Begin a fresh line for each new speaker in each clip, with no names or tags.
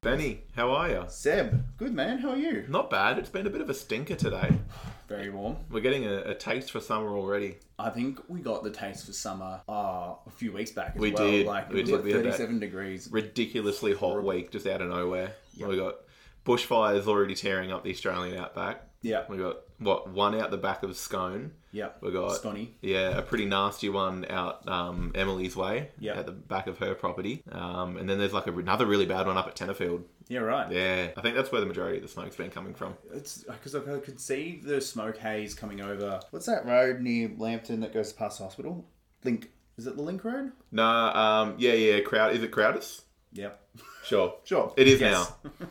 Benny, how are you?
Seb, good man. How are you?
Not bad. It's been a bit of a stinker today.
Very warm.
We're getting a, a taste for summer already.
I think we got the taste for summer uh, a few weeks back. As
We
well.
did.
Like it
We
was
did.
like
We had that.
37 degrees.
Ridiculously hot week, just out of nowhere. We got bushfires already tearing up the Australian outback.
Yeah.
We got what one out the back of Scone.
Yeah.
We got
Sconny.
Yeah, a pretty nasty one out um, Emily's way.
Yeah.
At the back of her property. Um, and then there's like another really bad one up at Tenterfield.
Yeah, right.
Yeah, I think that's where the majority of the smoke's been coming from.
It's because I could see the smoke haze coming over. What's that road near Lambton that goes past the hospital? Link. Is it the Link Road?
Nah, um, yeah, yeah. Crowd is it Crowders?
Yep.
Sure,
Sure.
It is
Yes.
now.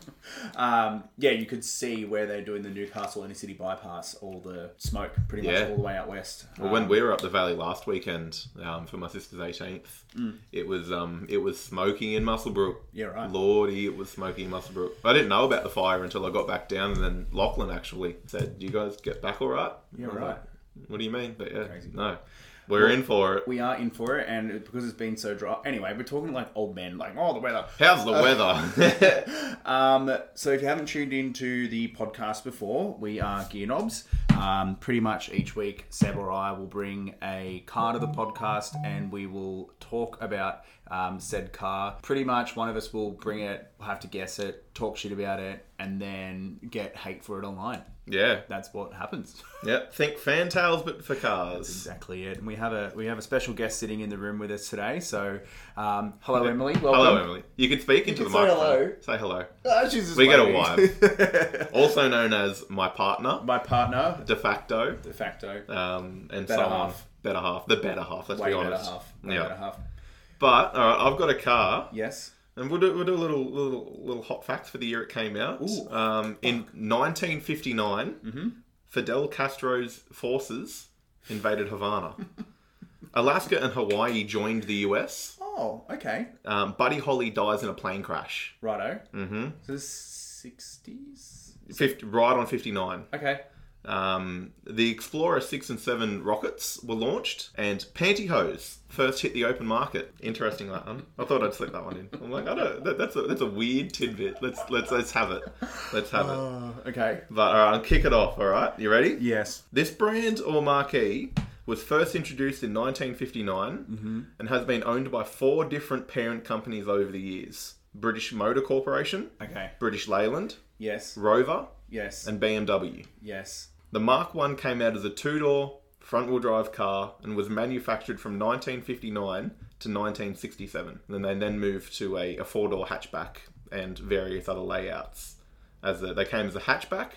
Um, yeah, you could see where they're doing the Newcastle Inner City bypass, all the smoke pretty much
Yeah.
all the way out west.
Well,
Um,
when we were up the valley last weekend um, for my sister's 18th, it was um, it was smoking in Musselbrook.
Mm. Yeah, right.
Lordy, it was smoking in Musselbrook. I didn't know about the fire until I got back down, and then Lachlan actually said, "Do you guys get back all right?"
Yeah,
I was
right.
like, what do you mean? But yeah,
Crazy.
no, we're in for it.
we are in for it, and it- because it's been so dry. Anyway, we're talking like old men, like oh the weather.
How's the weather?
Um, so if you haven't tuned into the podcast before, we are Gear Knobs. Um, pretty much each week, Seb or I will bring a car to the podcast, and we will talk about um, said car. Pretty much, one of us will bring it, we'll have to guess it, talk shit about it, and then get hate for it online.
yeah,
That's what happens.
yep. Think fantails, but for cars.
Exactly it. And we have a we have a special guest sitting in the room with us today. So, um, hello Emily. Welcome.
Hello, Emily. You can speak into
can
the
say
microphone.
hello.
Say hello.
Ah, she's just
We get a
waving.
Also known as my partner,
My partner,
de facto.
de facto,
um, and
Better
so on.
half.
Better half. The better half. Let's
way
be
better
honest.
half. Way
yeah.
better half.
But all right, I've got a car,
Yes.
and we'll do, we'll do a little little little hot fact for the year it came out.
Ooh. Mm-hmm.
um, in 1959, Fidel Castro's forces invaded Havana. Alaska and Hawaii joined the U.S.
Oh, okay.
Um, Buddy Holly dies in a plane crash.
Righto.
Mm-hmm.
So the sixties.
50, right on 59.
Okay.
Um, the Explorer 6 and 7 rockets were launched, and pantyhose first hit the open market. Interesting that one. I thought I'd slip that one in. I'm like, I don't. That, that's a that's a weird tidbit. Let's let's let's have it. Let's have it.
Oh, okay.
But all right, I'll kick it off. All right, you ready?
Yes.
This brand or marquee was first introduced in 1959 and has been owned by four different parent companies over the years: British Motor Corporation,
Okay.
British Leyland,
Yes.
Rover,
Yes.
and BMW.
yes.
The Mark 1 came out as a two door, front wheel drive car and was manufactured from 1959 to 1967. And then they then moved to a, a four door hatchback and various other layouts. As a, They came as a hatchback,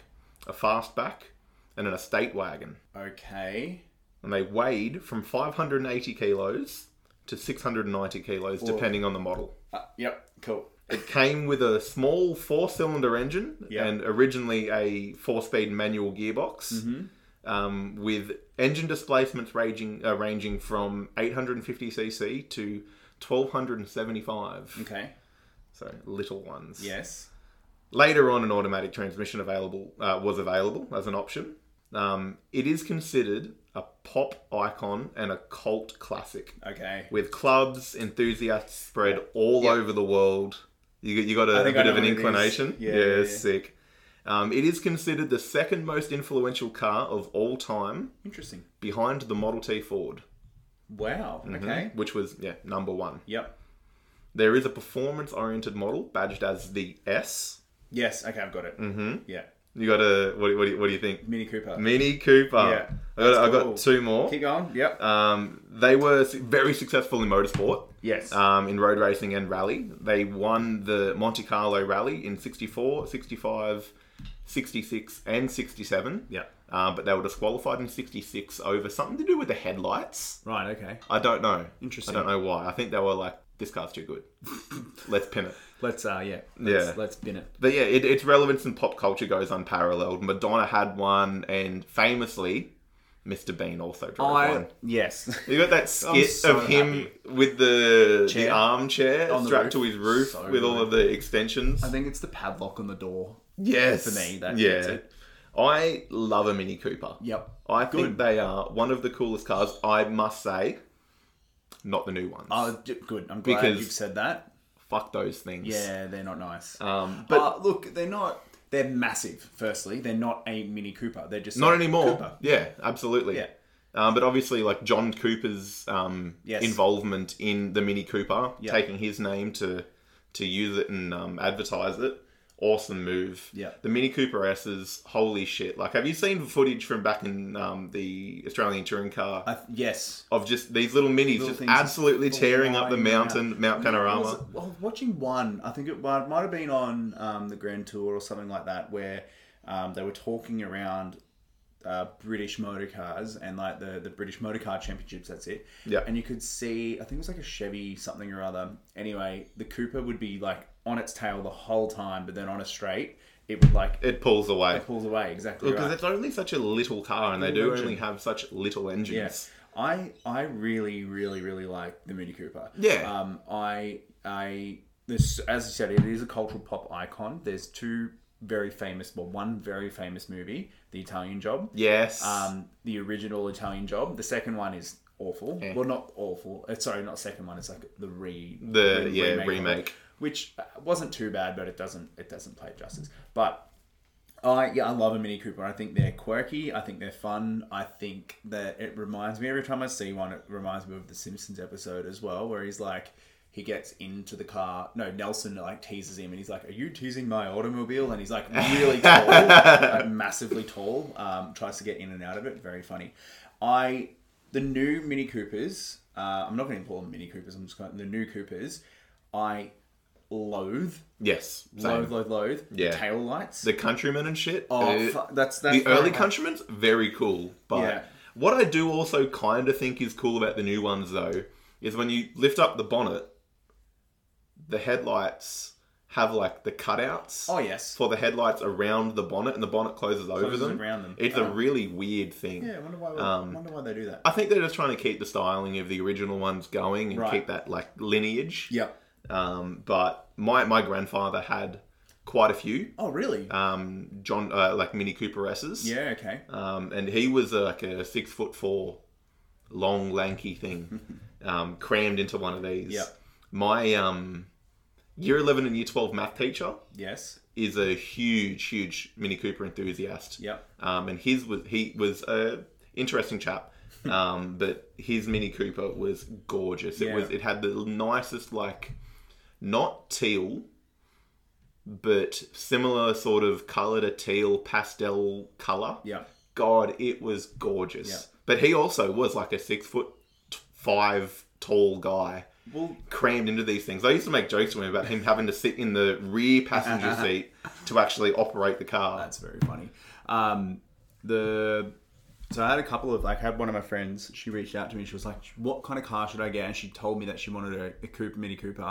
a fastback, and an estate wagon.
Okay.
And they weighed from 580 kilos to 690 kilos, depending on the model.
Uh, yep. Cool.
It came with a small four cylinder engine
Yeah.
and originally a four speed manual gearbox
Mm-hmm.
um, with engine displacements ranging, uh, ranging from 850cc to 1275.
Okay.
So little ones.
Yes.
Later on, an automatic transmission available uh, was available as an option. Um, it is considered a pop icon and a cult classic
Okay.
with clubs, enthusiasts spread all over the world. You, you got a,
I think
bit
I
of an
know what it is.
inclination.
Yeah,
Yeah,
yeah, yeah.
sick. Um, it is considered the second most influential car of all time,
Interesting.
behind the Model T Ford, hmm,
Wow.
Mm-hmm.
Okay.
which was yeah number one.
Yep.
There is a performance-oriented model badged as the S.
Yes. Okay. I've got it. Mm-hmm. Yeah.
You got a what? do- What do, you- what do you think?
Mini Cooper.
Mini Cooper.
Yeah,
I got, I
cool.
got two more.
Keep going. Yep.
Um, they were su- very successful in motorsport.
yes.
um, in road racing and rally. They won the Monte Carlo Rally in 64, 65, 66, and 67.
yeah.
Uh, but they were disqualified in 66 over something to do with the headlights.
Right. Okay.
I don't know. I
Interesting.
don't know why. I think they were like, this car's too good. Let's pin it.
Let's uh yeah. Let's,
Yeah.
Let's bin it.
But yeah, it, its relevance in pop culture goes unparalleled. Madonna had one, and famously, Mr. Bean also drove one.
yes.
You got that skit
so
of him with the the
Chair.
armchair
On the
strapped
roof.
to his roof
So
with all
good.
of the extensions.
I think it's the padlock on the door.
yes,
for me, that-
yeah.
that's it.
I love a Mini Cooper.
Yep.
I think they are one of the coolest cars. I must say, not the new ones.
Oh, d- good. I'm glad
Because-
you've said that.
fuck those things.
Yeah, they're not nice.
Um,
but look, they're not. They're massive. Firstly, they're not a Mini Cooper. They're just
Not
a
anymore.
Cooper.
Yeah, absolutely.
Yeah.
Um, but obviously, like John Cooper's um,
Yes.
involvement in the Mini Cooper,
Yeah.
taking his name to to use it and um, advertise it, awesome move.
Yeah.
The Mini Cooper S's, holy shit! Like, have you seen footage from back in um, the Australian touring car
I th- yes.
of just these little minis just
things
absolutely
just
tearing up the
flying out.
mountain, Mount
I was
Panorama?
I was watching one. I think it might might have been on um, the Grand Tour or something like that, where um, they were talking around uh, British motorcars and like the the British motorcar championships. That's it.
Yeah.
And you could see, I think it was like a Chevy something or other. Anyway, the Cooper would be like on its tail the whole time, but then on a straight, it would like
It pulls away
pulls away exactly.
because
right.
it's only such a little car, and they do
Little engine.
only have such little engines.
Yes. I I really really really like the Mini Cooper.
Yeah.
Um. I I this as I said, it is a cultural pop icon. There's two very famous, well, one very famous movie, The Italian Job.
Yes.
Um. The original Italian Job. The second one is awful. Well, not awful. Uh, sorry, not second one. It's like the re
The- yeah,
of it,
remake.
which uh, wasn't too bad, but it doesn't it doesn't play it justice. But I yeah, I love a Mini Cooper. I think they're quirky. I think they're fun. I think that it reminds me every time I see one. It reminds me of the Simpsons episode as well, where he's like, he gets into the car. No, Nelson like teases him, and he's like, "Are you teasing my automobile?" And he's like really tall, like, massively tall. Um, tries to get in and out of it. Very funny. I the new Mini Coopers. Uh, I'm not going to call them Mini Coopers. I'm just going the new Coopers. I loathe,
yes. Same.
loathe, loathe, loathe.
Yeah.
The tail lights.
the countrymen and shit.
Oh,
uh,
fu- that's that's
the early
right.
countrymen's very cool, but
Yeah.
what I do also kind of think is cool about the new ones though is when you lift up the bonnet, the headlights have like the cutouts
Oh yes.
for the headlights around the bonnet, and the bonnet closes, over
Closes
them.
around them.
It's
Oh.
a really weird thing.
Yeah, I wonder why.
Um,
wonder why they do that.
I think they're just trying to keep the styling of the original ones going and
Right.
keep that like lineage.
Yep.
Um, but my my grandfather had quite a few
Oh really?
um, John uh, like Mini Cooper S's.
yeah. Okay.
Um, and he was uh, like a six foot four, long lanky thing, um, crammed into one of these.
Yep.
My um, year eleven and year twelve math teacher
Yes.
is a huge, huge Mini Cooper enthusiast.
Yep.
Um, and his was he was a interesting chap. Um, but his Mini Cooper was gorgeous. It
Yeah.
was it had the nicest like, not teal, but similar sort of color to teal pastel color.
Yep.
God, it was gorgeous.
Yeah.
But he also was like a six foot t- five tall guy
Well,
crammed into these things. I used to make jokes to him about him having to sit in the rear passenger seat to actually operate the car.
that's very funny. Um, the so I had a couple of like I had one of my friends. She reached out to me. She was like, "What kind of car should I get?" And she told me that she wanted a, a Cooper Mini Cooper.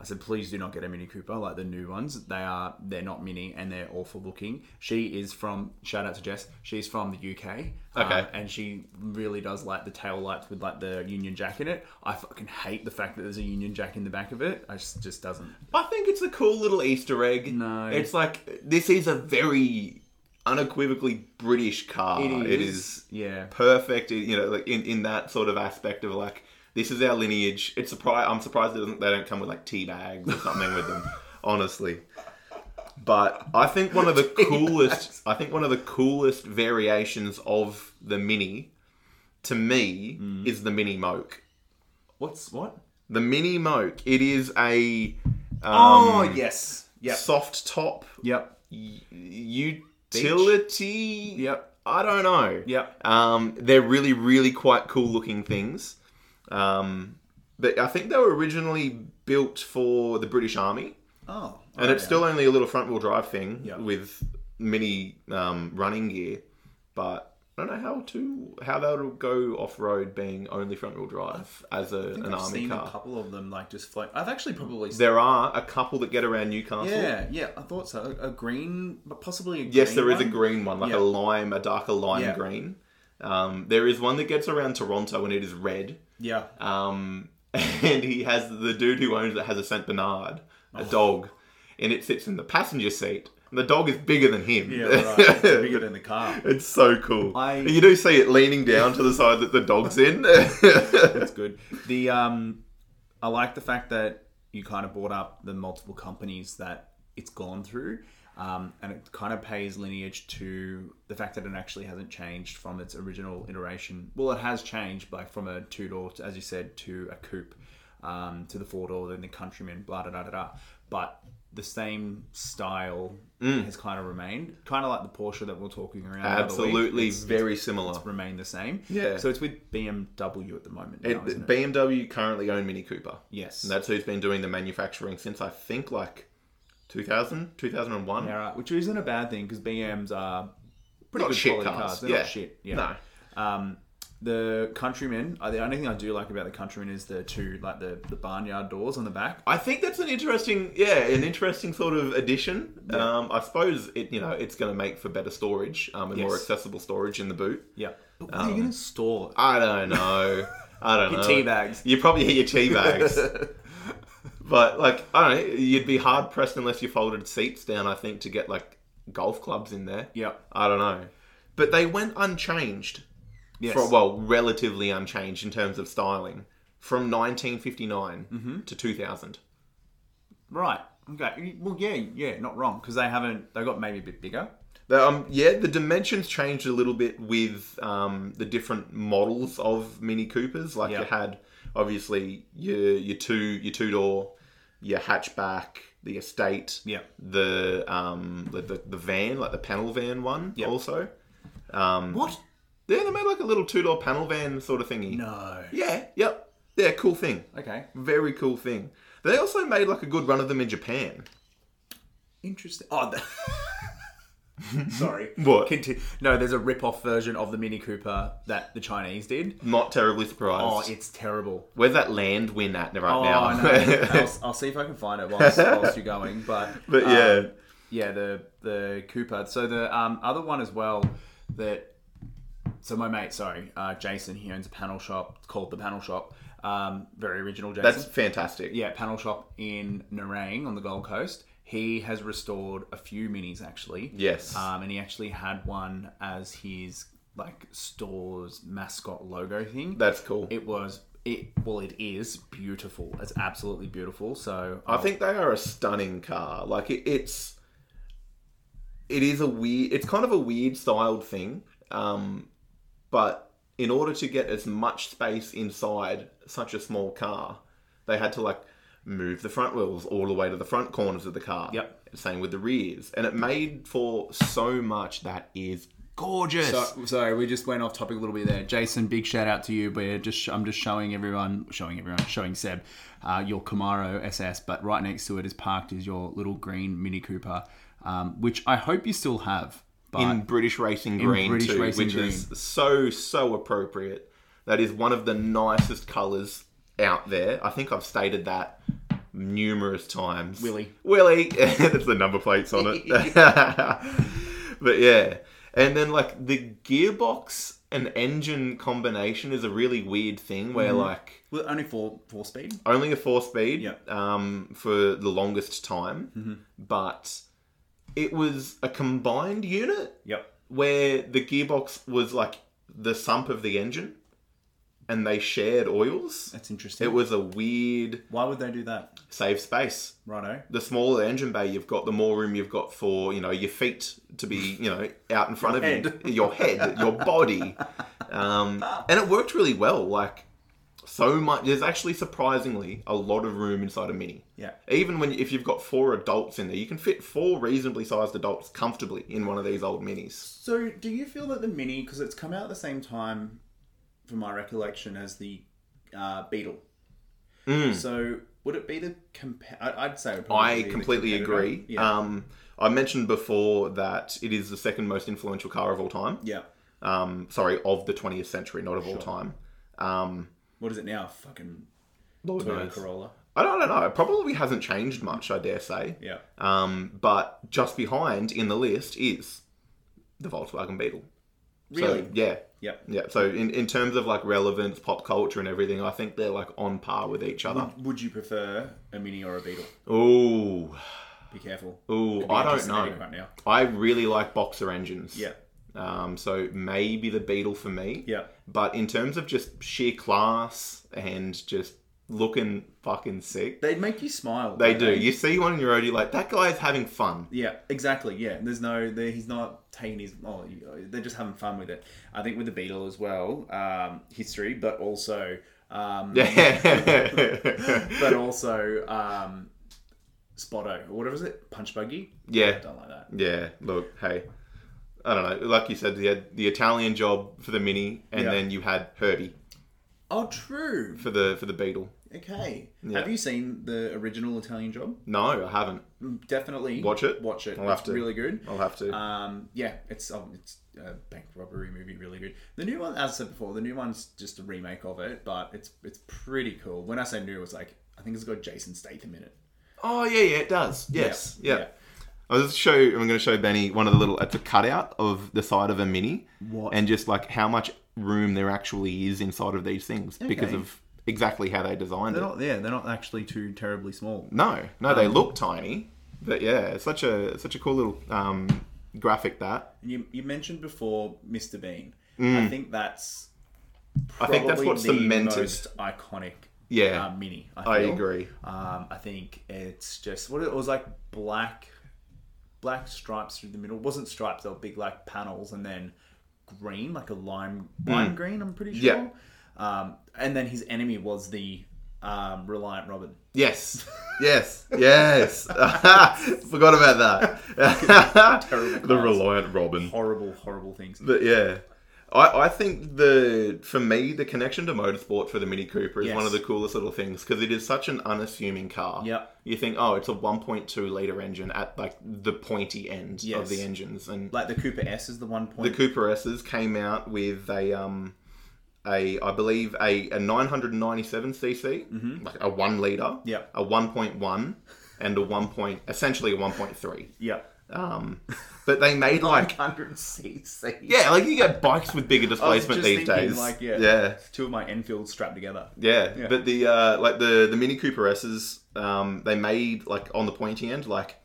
I said, "Please do not get a Mini Cooper. Like the new ones, they are they're not mini and they're awful looking." She is from shout out to Jess. She's from the UK. um,
Okay.
and she really does like the tail lights with like the Union Jack in it. I fucking hate the fact that there's a Union Jack in the back of it. I just just doesn't.
I think it's a cool little Easter egg.
No.
It's like this is a very unequivocally British car. It is
yeah.
perfect, you know, like in, in that sort of aspect of like this is our lineage. It's surprised I'm surprised it doesn't, they don't come with like tea bags or something with them, honestly. But I think one of the coolest I think one of the coolest variations of the mini to me is the mini moke.
What's what?
The mini moke, it is a um,
Oh yes. Yep.
soft top
Yep.
y- utility.
Yep.
I don't know.
Yep.
Um, they're really, really quite cool looking things. Um, but I think they were originally built for the British Army,
Oh.
and it's still only a little front wheel drive thing
Yeah.
with mini um, running gear. But I don't know how to how that'll go off road being only front wheel drive as a, an
I've
army
seen
car.
a couple of them like just float. I've actually probably seen.
There are a couple that get around Newcastle.
Yeah, yeah, I thought so. A green, but possibly a green
Yes, there is
one.
a green one, like
Yeah.
a lime, a darker lime
Yeah.
green. Um, there is one that gets around Toronto and it is red.
Yeah.
Um, and he has the dude who owns it has a Saint Bernard, a
Oh.
dog, and it sits in the passenger seat. And the dog is bigger than him.
Yeah, right. It's bigger than the car.
It's so cool.
I-
You do see it leaning down to the side that the dog's in.
That's good. The um, I like the fact that you kind of brought up the multiple companies that it's gone through. Um, and it kind of pays lineage to the fact that it actually hasn't changed from its original iteration. Well, it has changed, like from a two door, as you said, to a coupe, um, to the four door, then the Countryman, blah da da da da. But the same style
Mm.
has kind of remained, kind of like the Porsche that we're talking around. the other week.
Absolutely,
It's-
very similar.
remain the same.
Yeah.
So it's with BMW at the moment. Now,
It-
isn't it?
BMW currently own Mini Cooper.
yes.
And that's who's been doing the manufacturing since I think like 2000, 2001.
Yeah, right, Which isn't a bad thing because BMs are pretty
Not
good
shit
quality
cars.
cars. They're
Yeah.
not shit. Yeah.
No.
Um, the Countryman. Uh, the only thing I do like about the Countryman is the two like the the barnyard doors on the back.
I think that's an interesting, yeah, an interesting sort of addition. Um, I suppose it, you know, it's going to make for better storage um, and more
Yes.
accessible storage in the boot.
Yeah. But where are you gonna store
Um,
it?
I don't know. I don't
Your
know.
tea bags.
You probably hit your tea bags. but like, I don't know. You'd be hard pressed unless you folded seats down. I think to get like golf clubs in there.
Yeah.
I don't know. But they went unchanged.
Yes.
For, well, relatively unchanged in terms of styling from 1959
Mm-hmm.
to 2000.
right. Okay. Well, yeah, yeah, not wrong because they haven't. They got maybe a bit bigger.
The, um, yeah, the dimensions changed a little bit with um, the different models of Mini Coopers. Like you
Yeah.
had obviously your your two your two door, your hatchback, the estate,
Yeah.
the um the, the, the van like the panel van one
Yeah.
also. Um,
What?
Yeah, they made like a little two door panel van sort of thingy.
No.
Yeah, yep, yeah, cool thing,
Okay.
very cool thing. They also made like a good run of them in Japan.
Interesting. Oh, the- sorry.
What?
Conti- no, there's a rip-off version of the Mini Cooper that the Chinese did.
Not terribly
Oh,
surprised.
it's terrible.
Where's that land win at right
Oh,
now?
I know. I'll, I'll see if I can find it whilst, whilst you're going. But
but
um,
yeah.
yeah, the the Cooper. So the um, other one as well that. So my mate, sorry, uh, Jason. He owns a panel shop it's called the Panel Shop. Um, very original, Jason.
That's fantastic.
yeah, panel shop in Narang on the Gold Coast. He has restored a few minis actually.
Yes.
Um, and he actually had one as his like store's mascot logo thing.
That's cool.
it was it well it is beautiful. It's absolutely beautiful. So
I think they are a stunning car. Like it, it's, it is a weird. It's kind of a weird styled thing. Um, but in order to get as much space inside such a small car, they had to like move the front wheels all the way to the front corners of the car.
Yep.
Same with the rears, and it made for so much that is gorgeous.
So, sorry, we just went off topic a little bit there. Jason, big shout out to you. We're just I'm just showing everyone, showing everyone, showing Seb uh, your Camaro SS, but right next to it is parked is your little green Mini Cooper, um, which I hope you still have. But
in British Racing Green
British
too,
Racing
which is so so appropriate. That is one of the nicest colours out there. I think I've stated that numerous times.
Willy.
Willie, that's the number plates on it. but yeah, and then like the gearbox and engine combination is a really weird thing
Mm-hmm.
where like
Well, only four four speed.
only a four speed
Yep. Mm-hmm.
um, for the longest time, but it was a combined unit
Yep.
where the gearbox was like the sump of the engine and they shared oils.
That's interesting.
It was a weird
Why would they do that?
save space.
Righto.
The smaller the engine bay you've got, the more room you've got for, you know, your feet to be, you know, out in front of you, your head, your body. Um, and it worked really well. Like, so much. There's actually surprisingly a lot of room inside a Mini.
Yeah.
Even when if you've got four adults in there, you can fit four reasonably sized adults comfortably in one of these old minis.
So, do you feel that the Mini, because it's come out at the same time, from my recollection, as the uh, Beetle. So, would it be the compa- I- I'd say. it would probably
Mm. I
be the
completely
competitor.
agree.
Yeah.
Um, I mentioned before that it is the second most influential car of all time.
yeah.
Um, sorry, of the 20th century, not of all time. Um,
What is it now? Fucking
Lord
Toyota
knows.
Corolla.
I don't, I don't know. It probably hasn't changed much, I dare say.
Yeah.
Um, but just behind in the list is the Volkswagen Beetle.
Really?
So, yeah.
Yep.
Yeah. So in, in terms of like relevance, pop culture, and everything, I think they're like on par with each other.
Would you prefer a Mini or a Beetle?
Ooh.
Be careful.
Ooh.
Mm-hmm. Could be
I don't
anti-Semitic
know.
Right now.
I really like boxer engines.
Yeah.
Um, so maybe the Beetle for me.
Yeah.
But in terms of just sheer class and just looking fucking sick.
They make you smile.
They do.
don't
You see one in your road, you're like, that guy's having fun.
Yeah, exactly. Yeah, there's no, there, he's not taking his. Oh, you- oh, they're just having fun with it. I think with the Beetle as well, um, history, but also, um,
Yeah.
but also, um, Spotto or whatever is it? Punch Buggy.
yeah.
Don't like that.
Yeah. Look, hey. I don't know. Like you said, you had the Italian job for the mini, and
Yeah.
then you had Herbie
Oh, true.
for the for the Beetle.
Okay.
Yeah.
Have you seen the original Italian Job? Mm,
No, I haven't.
Definitely
Watch it?
Watch it.
I'll
it's
have to.
really good.
I'll have to.
Um, yeah, it's um, it's a bank robbery movie, really good. The new one, as I said before, the new one's just a remake of it, but it's it's pretty cool. When I say new, it's like I think it's got Jason Statham in it.
oh yeah, yeah, it does. Yes. Yeah.
yeah.
I'll just show. I'm going to show Benny one of the little. It's a cutout of the side of a mini,
What?
and just like how much room there actually is inside of these things because
Okay.
of exactly how they designed it.
They're um, not, yeah, they're not actually too terribly small.
No, no, they look tiny, but yeah, it's such a it's such a cool little um, graphic that
And you you mentioned before Mr. Bean. I think that's.
I think that's
probably
what
the
cemented-
most iconic.
Yeah.
uh, mini.
I
feel.
agree.
Um, I think it's just what it was like black, black stripes through the middle. It wasn't stripes; they were big like panels, and then green, like a lime lime green. I'm pretty sure.
Yeah.
Um, and then his enemy was the um, Reliant Robin.
Yes, yes, yes. Forgot about that.
Terrible
the
class.
Reliant Robin.
Horrible, horrible things.
But yeah. I, I think the for me the connection to motorsport for the Mini Cooper is
Yes.
one of the coolest little things because it is such an unassuming car.
Yep.
You think oh it's a 1.2 liter engine at like the pointy end of
Yes.
the engines and
Like the Cooper S is the one
the
point.
Cooper S's came out with a um a I believe a, a 997 cc like a 1 liter
Mm-hmm. Yep.
a 1.1 and a 1. Point, essentially a 1.3
yeah,
um but they made like
100 cc.
yeah like you get bikes with bigger
I was
displacement
just
these
thinking,
days
Like, yeah,
yeah
Two of my Enfields strapped together.
Yeah,
Yeah.
but the uh, like the the Mini Cooper S's, um, they made like on the pointy end like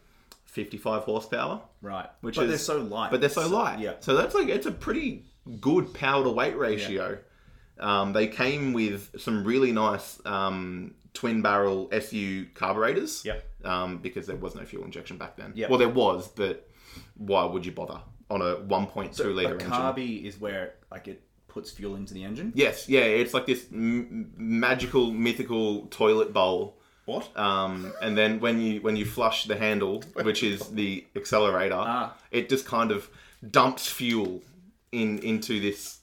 fifty five horsepower,
Right.
Which
but
is-
they're so light.
but they're so light.
Yeah.
So that's like it's a pretty good power to weight ratio. Um, they came with some really nice um, twin barrel SU carburetors.
Yep.
Um, because there was no fuel injection back then.
Yep.
Well, there was, but why would you bother on a one point two liter
A
engine?
carby is where like it puts fuel into the engine.
Yes, yeah, it's like this m- magical, mythical toilet bowl
What?
um, and then when you when you flush the handle, which is the accelerator,
Ah.
it just kind of dumps fuel in into this.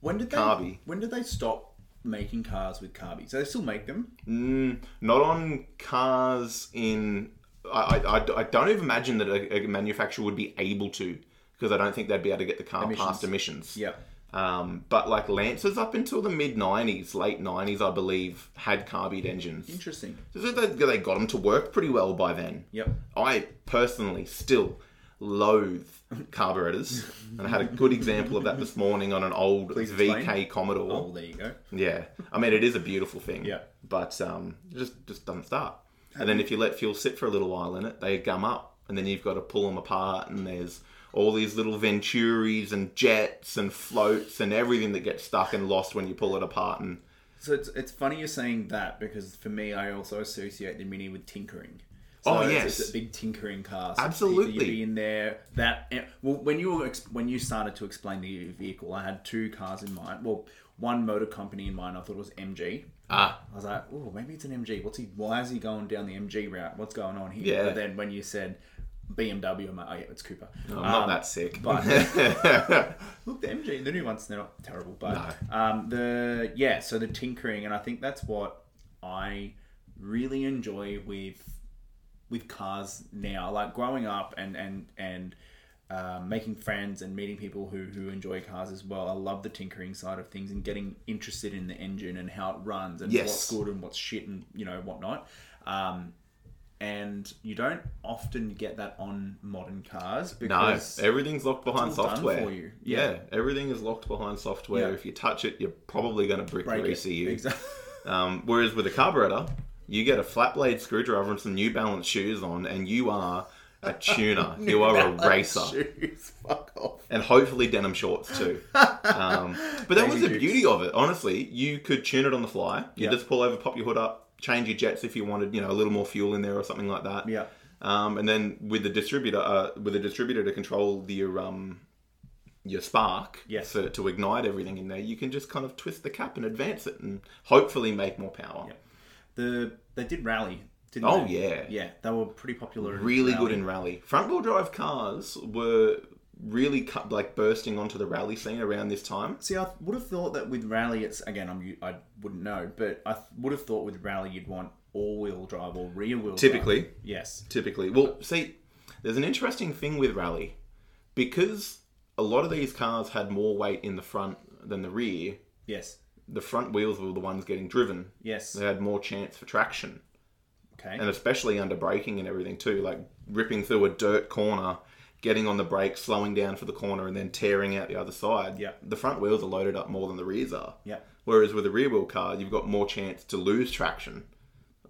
When did they?
Carby.
When did they stop making cars with carby? So they still make them.
Mm, not on cars in. I, I- I, I don't even imagine that a, a manufacturer would be able to because I don't think they'd be able to get the car past emissions.
Yeah.
Um, but like Lancers up until the mid '90s, late '90s, I believe, had carbide engines.
Interesting.
So they, they got them to work pretty well by then.
Yep.
I personally still loathe carburetors, and I had a good example of that this morning on an old VK
explain.
Commodore.
Oh, there you go.
Yeah, I mean it is a beautiful thing.
Yeah.
but um, it just just doesn't start. And then if you let fuel sit for a little while in it, they gum up, and then you've got to pull them apart. And there's all these little venturis and jets and floats and everything that gets stuck and lost when you pull it apart. And
So it's, it's funny you're saying that because for me, I also associate the Mini with tinkering. So
Oh,
it's-
yes.
it's a big tinkering car.
Absolutely.
you'd be in there. That and- well, when you were ex- when you started to explain the vehicle, I had two cars in mind. Well, one motor company in mind. I thought it was MG.
ah,
I was like, oh, maybe it's an MG. What's he? Why is he going down the MG route? What's going on here?
Yeah.
But then when you said BMW, I'm like, oh yeah, it's Cooper.
I'm not that sick.
but- Look, the MG, the new ones, they're not terrible, but um, the yeah, so the tinkering, and I think that's what I really enjoy with with cars now. Like growing up and and and um, making friends and meeting people who who enjoy cars as well. I love the tinkering side of things and getting interested in the engine and how it runs and
Yes.
what's good and what's shit and you know whatnot. Um, and you don't often get that on modern cars
No,
because
everything's locked behind
it's all done
software.
for you.
Yeah.
Yeah.
everything is locked behind software.
Yeah.
If you touch it, you're probably going to brick
break
your
it.
ECU.
Exactly.
Um, whereas with a carburetor, you get a flat blade screwdriver and some New Balance shoes on, and you are a tuner. You are a racer.
Shoes, fuck off.
And hopefully denim shorts too. Um, but that was the
Daisy
beauty of it, honestly. You could tune it on the fly. You
Yeah.
just pull over, pop your hood up, change your jets if you wanted, you know, a little more fuel in there or something like that.
Yeah.
Um, and then with the distributor, uh, with the distributor to control the um, your spark,
Yes.
to, to ignite everything in there, you can just kind of twist the cap and advance it, and hopefully make more power.
The they did rally, didn't
Oh
they?
yeah,
Yeah, they were pretty popular. in
really
rally.
good in rally. Front wheel drive cars were really cut, like bursting onto the rally scene around this time.
See, I would have thought that with rally, it's again, I'm I wouldn't know, but I th- would have thought with rally you'd want all-wheel drive or rear-wheel. drive.
Typically,
yes.
typically. Well, see, there's an interesting thing with rally because a lot of these cars had more weight in the front than the rear.
Yes.
The front wheels were the ones getting driven
Yes.
they had more chance for traction
Okay.
and especially under braking and everything too like ripping through a dirt corner getting on the brake slowing down for the corner and then tearing out the other side
Yeah.
the front wheels are loaded up more than the rears are
Yeah.
whereas with a rear wheel car you've got more chance to lose traction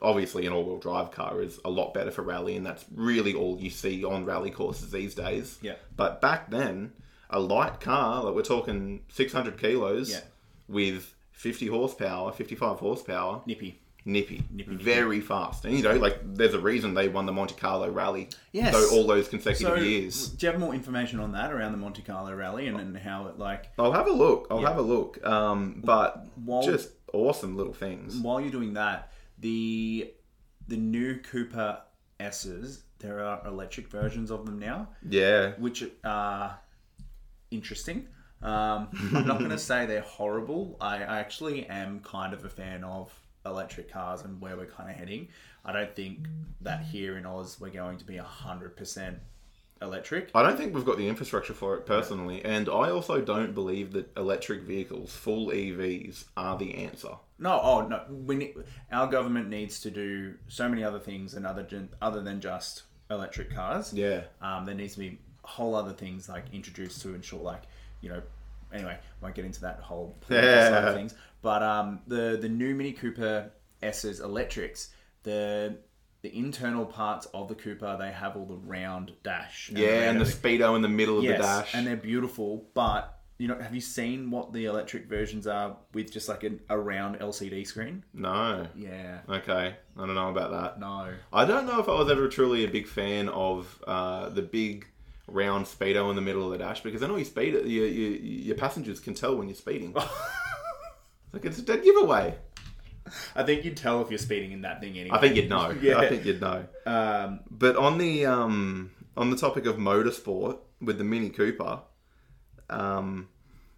obviously an all-wheel drive car is a lot better for rally and that's really all you see on rally courses these days
Yeah.
but back then a light car like we're talking 600 kilos
Yeah.
with 50 horsepower 55 horsepower
Nippy.
nippy, very fast. And you know, like there's a reason they won the Monte Carlo Rally.
Yes.
So all those consecutive
So,
years.
do you have more information on that around the Monte Carlo Rally and, and how it like
I'll have a look. I'll have a look. Um, but
While-
just awesome little things.
while you're doing that, the the new Cooper S's there are electric versions of them now,
Yeah.
which are interesting. Um, I'm not going to say they're horrible. I, I actually am kind of a fan of electric cars and where we're kind of heading. I don't think that here in Oz we're going to be hundred percent electric.
I don't think we've got the infrastructure for it personally, and I also don't believe that electric vehicles, full EVs, are the answer.
No, oh no. We need, our government needs to do so many other things and other gen- other than just electric cars.
Yeah.
Um, there needs to be whole other things like introduced to ensure like you know. Anyway, won't get into that whole political side
Yeah.
of things. But um, the the new Mini Cooper S's electrics the the internal parts of the Cooper they have all the round dash.
Yeah, and the
round-
speedo in the middle of
yes,
the dash.
and they're beautiful, but. You know, have you seen what the electric versions are with just like an, a round LCD screen?
no.
Yeah.
Okay. I don't know about that.
No.
I don't know if I was ever truly a big fan of uh, the big round speedo in the middle of the dash because I know you speed it, your, your, your passengers can tell when you're speeding. like it's a dead giveaway.
I think you'd tell if you're speeding in that thing anyway.
I think you'd know.
Yeah.
I think you'd know.
Um,
But on the um, on the topic of motorsport with the Mini Cooper, um,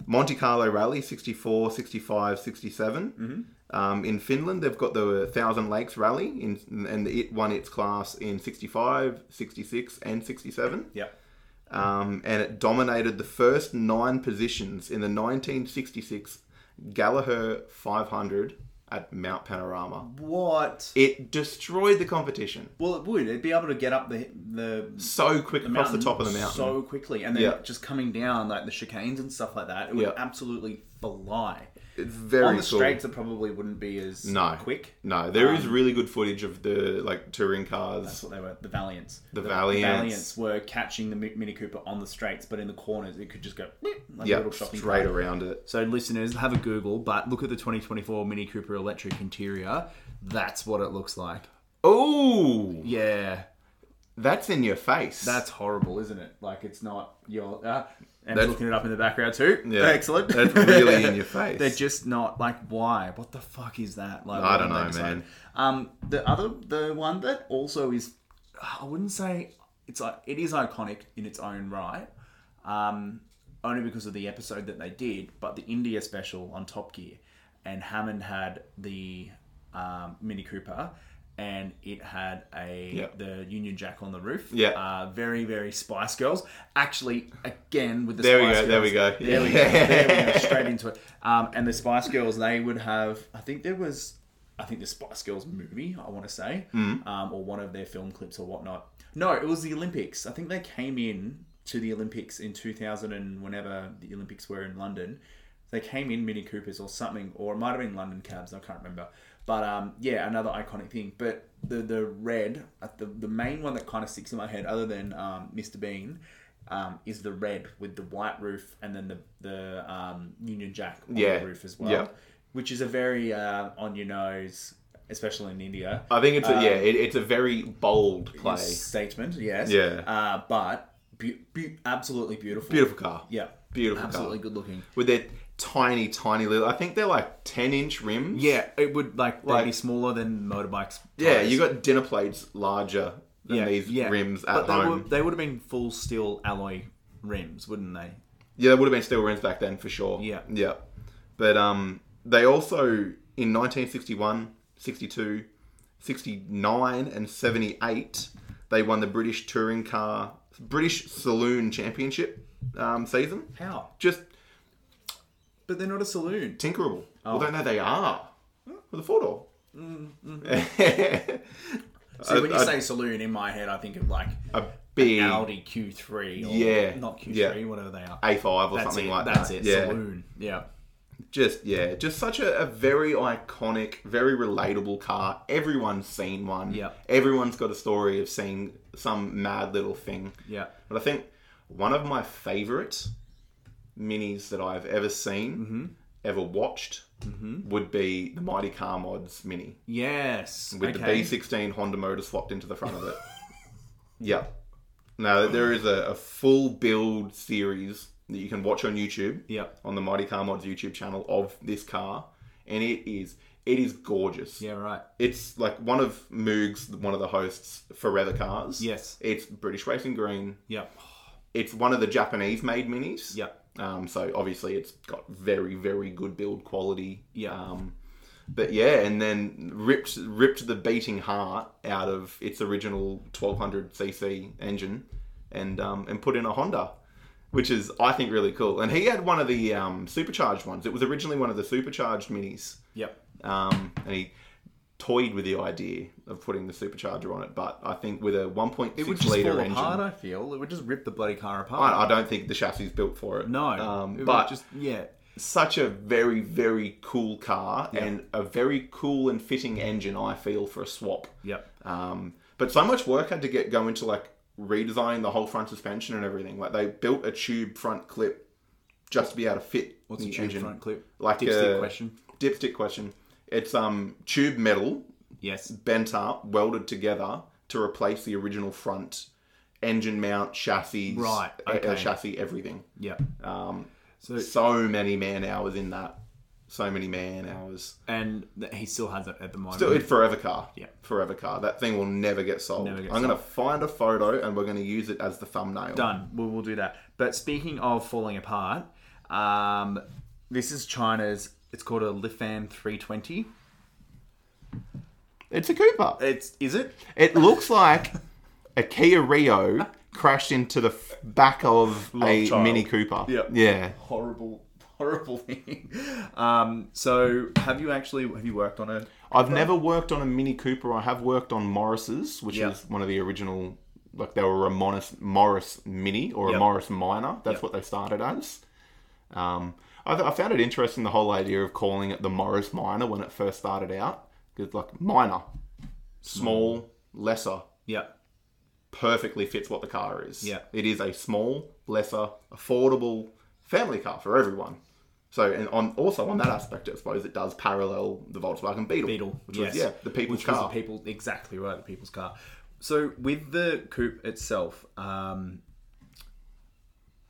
Monte Carlo Rally 64, 65, 67. Um, in Finland, they've got the Thousand Lakes Rally, in, and it won its class in 65, 66, and 67.
yeah.
um, and it dominated the first nine positions in the 1966 Gallagher 500 at Mount Panorama.
What?
It destroyed the competition
Well, it would. It'd be able to get up the the
so quick across the top of the mountain.
so quickly, and then
Yeah.
just coming down like the chicanes and stuff like that. It would
Yeah.
absolutely fly.
it's very
On the
cool.
straights, it probably wouldn't be as
No.
quick. Um,
No, there is really good footage of the like touring
That's
cars.
what they were. The Valiants.
The Valiants.
Valiants were catching the Mi- Mini Cooper on the straights, but in the corners, it could just go like a
Yeah,
little shopping cart.
straight around it.
So, listeners, have a Google, but look at the 2024 Mini Cooper electric interior. That's what it looks like.
Oh,
Yeah,
that's in your face.
that's horrible, isn't it? Like, it's not your. Uh, and
That's-
looking it up in the background too.
Yeah.
excellent.
That's really in your face.
They're just not like why? What the fuck is that?
I
Like, why
don't
did they
know,
decide?
man.
Um, the other, the one that also is, I wouldn't say it's like it is iconic in its own right. um, only because of the episode that they did, but the India special on Top Gear, and Hammond had the um, Mini Cooper, and it had a
Yeah.
the Union Jack on the roof.
Yeah.
uh, very very Spice Girls. Actually, again with the
There we
Spice
go, there we
Girls.
go.
There we go. There we go. Straight into it. Um, and the Spice Girls, they would have. I think there was. I think the Spice Girls movie, I want to say,
Mm.
um, or one of their film clips or whatnot. No, it was the Olympics. I think they came in to the Olympics in 2000 and whenever the Olympics were in London. They came in Mini Coopers or something, or it might have been London Cabs, I can't remember. But um, yeah, another iconic thing. But the the red, uh, the the main one that kind of sticks in my head, other than um, Mr Bean, um, is the red with the white roof and then the the um, Union Jack on
Yeah.
the roof as well,
Yeah.
which is a very uh, on your nose, especially in India.
I think
uh,
it's a, yeah, it, it's a very bold play.
Statement, yes.
Yeah.
Uh, but be- be- absolutely beautiful.
Beautiful car.
Yeah.
Beautiful
Absolutely
car.
good looking.
With their tiny, tiny little. I think they're like ten inch rims.
Yeah, it would like,
Like-
they'd be smaller than motorbikes.
Yeah,
tires.
you got dinner plates larger than these rims at
but they
home.
Would, they would have been full steel alloy rims, wouldn't they?
Yeah, there would have been steel rims back then for sure.
Yeah.
Yeah. But um, they also, in 1961, 62, 69, and 78, they won the British Touring Car, British Saloon Championship um, season.
How?
Just
But they're not a saloon.
tinkerable.
Oh.
Although, no, they are. With a four door.
Mm, So when you
I-
say saloon in my head, I think of like
a big
Audi Q3 or
Yeah,
not Q3,
yeah.
whatever they are.
A5 or
That's
something
it.
like
That's
that.
it.
Yeah.
Saloon. Yeah.
just yeah, just such a, a very iconic, very relatable car. Everyone's seen one.
Yeah.
Everyone's got a story of seeing some mad little thing.
Yeah.
But I think one of my favorite minis that I've ever seen, ever watched, would be the Mighty Car Mods mini
Yes.
with
okay.
the B16 Honda motor swapped into the front of it. yeah. Now there is a, a full build series that you can watch on YouTube
Yep.
on the Mighty Car Mods YouTube channel of this car, and it is it is gorgeous.
Yeah. Right.
It's like one of Moog's, one of the hosts, Forever Cars.
Yes.
It's British Racing Green.
Yep.
It's one of the Japanese-made minis.
Yep.
Um, so obviously it's got very very good build quality.
Yeah.
Um, but yeah, and then ripped ripped the beating heart out of its original 1200cc engine, and um, and put in a Honda, which is I think really cool. And he had one of the um, supercharged ones. It was originally one of the supercharged minis,
Yep.
um, and he toyed with the idea of putting the supercharger on it. But I think with a 1.6
It would just
liter
fall
engine,
apart. I feel it would just rip the bloody car apart.
I, I don't think the chassis is built for it.
no. it
um,
would
but
just yeah.
such a very very cool car and a very cool and fitting engine i feel for a swap
Yep.
um, but so much work had to get go into like redesigning the whole front suspension and everything like they built a tube front clip just to be able to fit
What's
the
a tube
engine
front clip?
like uh,
Dipstick
a
question.
dipstick question it's um tube metal
Yes.
bent up welded together to replace the original front engine mount chassis
Right,
a- a
okay.
chassis everything
Yep.
um,
So-
so, many man hours in that. So many man hours.
And th- he still has it at the moment.
So it's forever car.
Yeah.
Forever car. That thing will never get sold.
Never get
I'm going to find a photo and we're going to use it as the thumbnail.
Done. We'll, we'll do that. But speaking of falling apart, um, this is China's. It's called a Lifan 320.
It's a Cooper.
It's is it?
It looks like a Kia Rio crashed into the f- back of a
child.
Mini Cooper.
Yep.
Yeah.
Horrible, horrible thing. Um, so have you actually have you worked on it?
I've never worked on a Mini Cooper. I have worked on Morris's, which
Yeah.
is one of the original, like they were a Morris, Morris Mini or
Yeah.
a Morris Minor. That's what they started as. Um, I, th- I found it interesting the whole idea of calling it the Morris Minor when it first started out. Because like minor,
Hmm.
small, lesser,
Yeah.
perfectly fits what the car is.
Yeah.
it is a small, lesser, affordable family car for everyone. So and on also on that aspect, I suppose it does parallel the Volkswagen Beetle,
Beetle.
which
yes.
was yeah the people's
Which
car.
Was the people exactly right. The people's car. So with the coupe itself, um,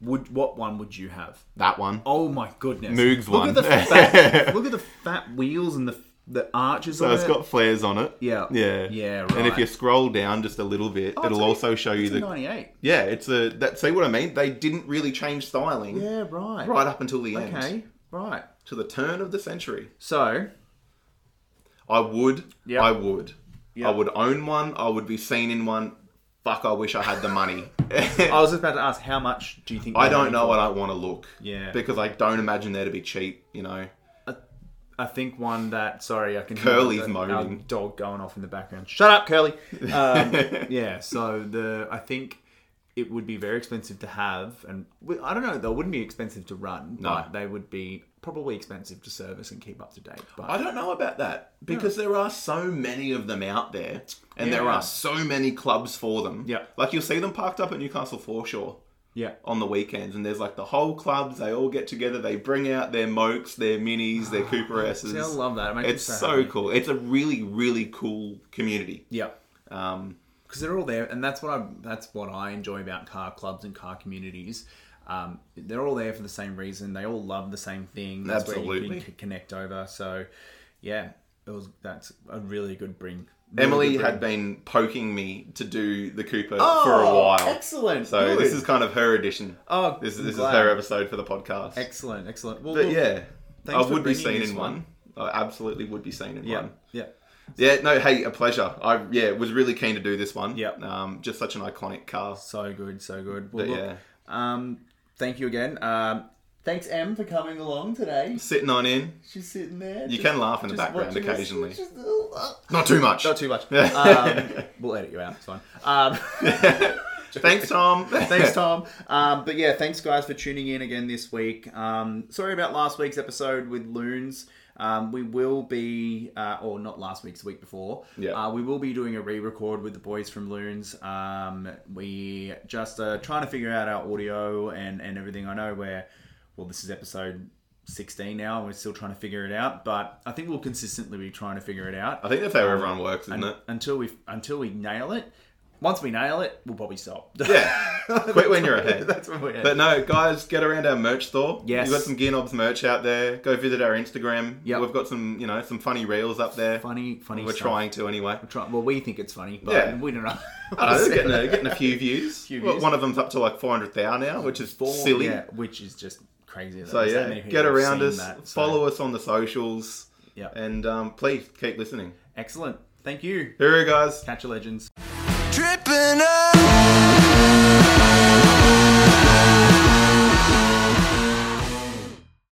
would what one would you have?
That one.
Oh my goodness!
Moog's
look
one.
At the fat, look at the fat wheels and the the arches.
so
on
it's
it.
got flares on it.
Yeah.
Yeah.
Yeah,
And
right. Oh,
if you scroll down just a little bit,
it's
it'll
a-
also show you
it's
the.
a ninety-eight.
Yeah, it's a. That, see what I mean? They didn't really change styling
Yeah, right.
right up until the end.
Okay, right.
To the turn of the century.
So
I would.
Yep.
I would.
Yep.
I would own one. I would be seen in one. Fuck, I wish I had the money.
I was just about to ask, how much do you think?
I
they're
don't
going
know.
for?
I don't want to look.
Yeah.
Because I don't imagine there to be cheap, you know.
I think one that. Sorry, I can.
Curly's
hear the-
moaning.
our Dog going off in the background. Shut up, Curly. Um, yeah. So the I think it would be very expensive to have, and we- I don't know. They wouldn't be expensive to run, but they would be probably expensive to service and keep up to date. But
I don't know about that because there are so many of them out there, and there
Yeah.
are so many clubs for them.
Yeah.
like you'll see them parked up at Newcastle foreshore
yeah,
on the weekends, and there's like the whole clubs. They all get together. They bring out their mokes, their minis, their Cooper S's.
See, I love that. It makes me
It's
so
so
happy.
cool. It's a really, really cool community.
yeah,
Um,
because they're all there, and that's what I that's what I enjoy about car clubs and car communities. Um, they're all there for the same reason. They all love the same thing. That's where
Absolutely.
you can c- connect over. So, yeah, it was that's a really good bring. Really
Emily
good bring. Oh,
had been poking me to do the Cooper for a while.
Excellent.
So
good.
this is kind of her edition.
oh,
This,
I'm
this is
glad.
her episode for the podcast.
Excellent, excellent. Well,
But
look,
yeah, I
for
would be
bringing
seen
this
in one. I absolutely would be seen in
yeah,
one.
yeah.
Yeah, no, hey, a pleasure. I yeah was really keen to do this one.
Yeah.
um, just such an iconic car.
So good, so good. Well,
But
look,
yeah.
Um, thank you again. Um, thanks, Em, for coming along today.
Sitting on in,
She's sitting there.
you can laugh in the background
watching us.
occasionally.
Just, oh, oh.
Not too much.
Not too much. um, we'll edit you out. It's fine. Um,
Thanks, Tom.
thanks, Tom. Um, but yeah, thanks guys for tuning in again this week. Um, sorry about last week's episode with loons. Um, we will be, uh, or not last week's, the week before.
Yeah.
Uh, we will be doing a re-record with the boys from Loons. Um, we just uh, trying to figure out our audio and and everything. I know where. Well, this is episode. 16 now and we're still trying to figure it out but i think we'll consistently be trying to figure it out
I think that's how everyone works, isn't it?
until we until we nail it once we nail it we'll probably stop
Yeah. Quit when you're ahead.
that's when we're at.
But no, guys, get around our merch store.
Yes.
we've got some Gear Knobs merch out there. Go visit our Instagram.
Yep.
we've got some, you know, some funny reels up there.
funny, funny.
We're
stuff.
trying to anyway.
Try- well, we think it's funny, but
Yeah.
we don't know.
I don't know, getting a, getting a few views.
Few
Well,
views.
One of them's up to like 400 thou now, which is
Four-
silly.
yeah, which is just crazy. that
So
there's that
yeah,
many people
get
have
around
seen
us,
that, so-
follow us on the socials,
Yeah.
and um, please keep listening.
Excellent. Thank you.
Here we go, guys.
Catch a legends.
tripping up.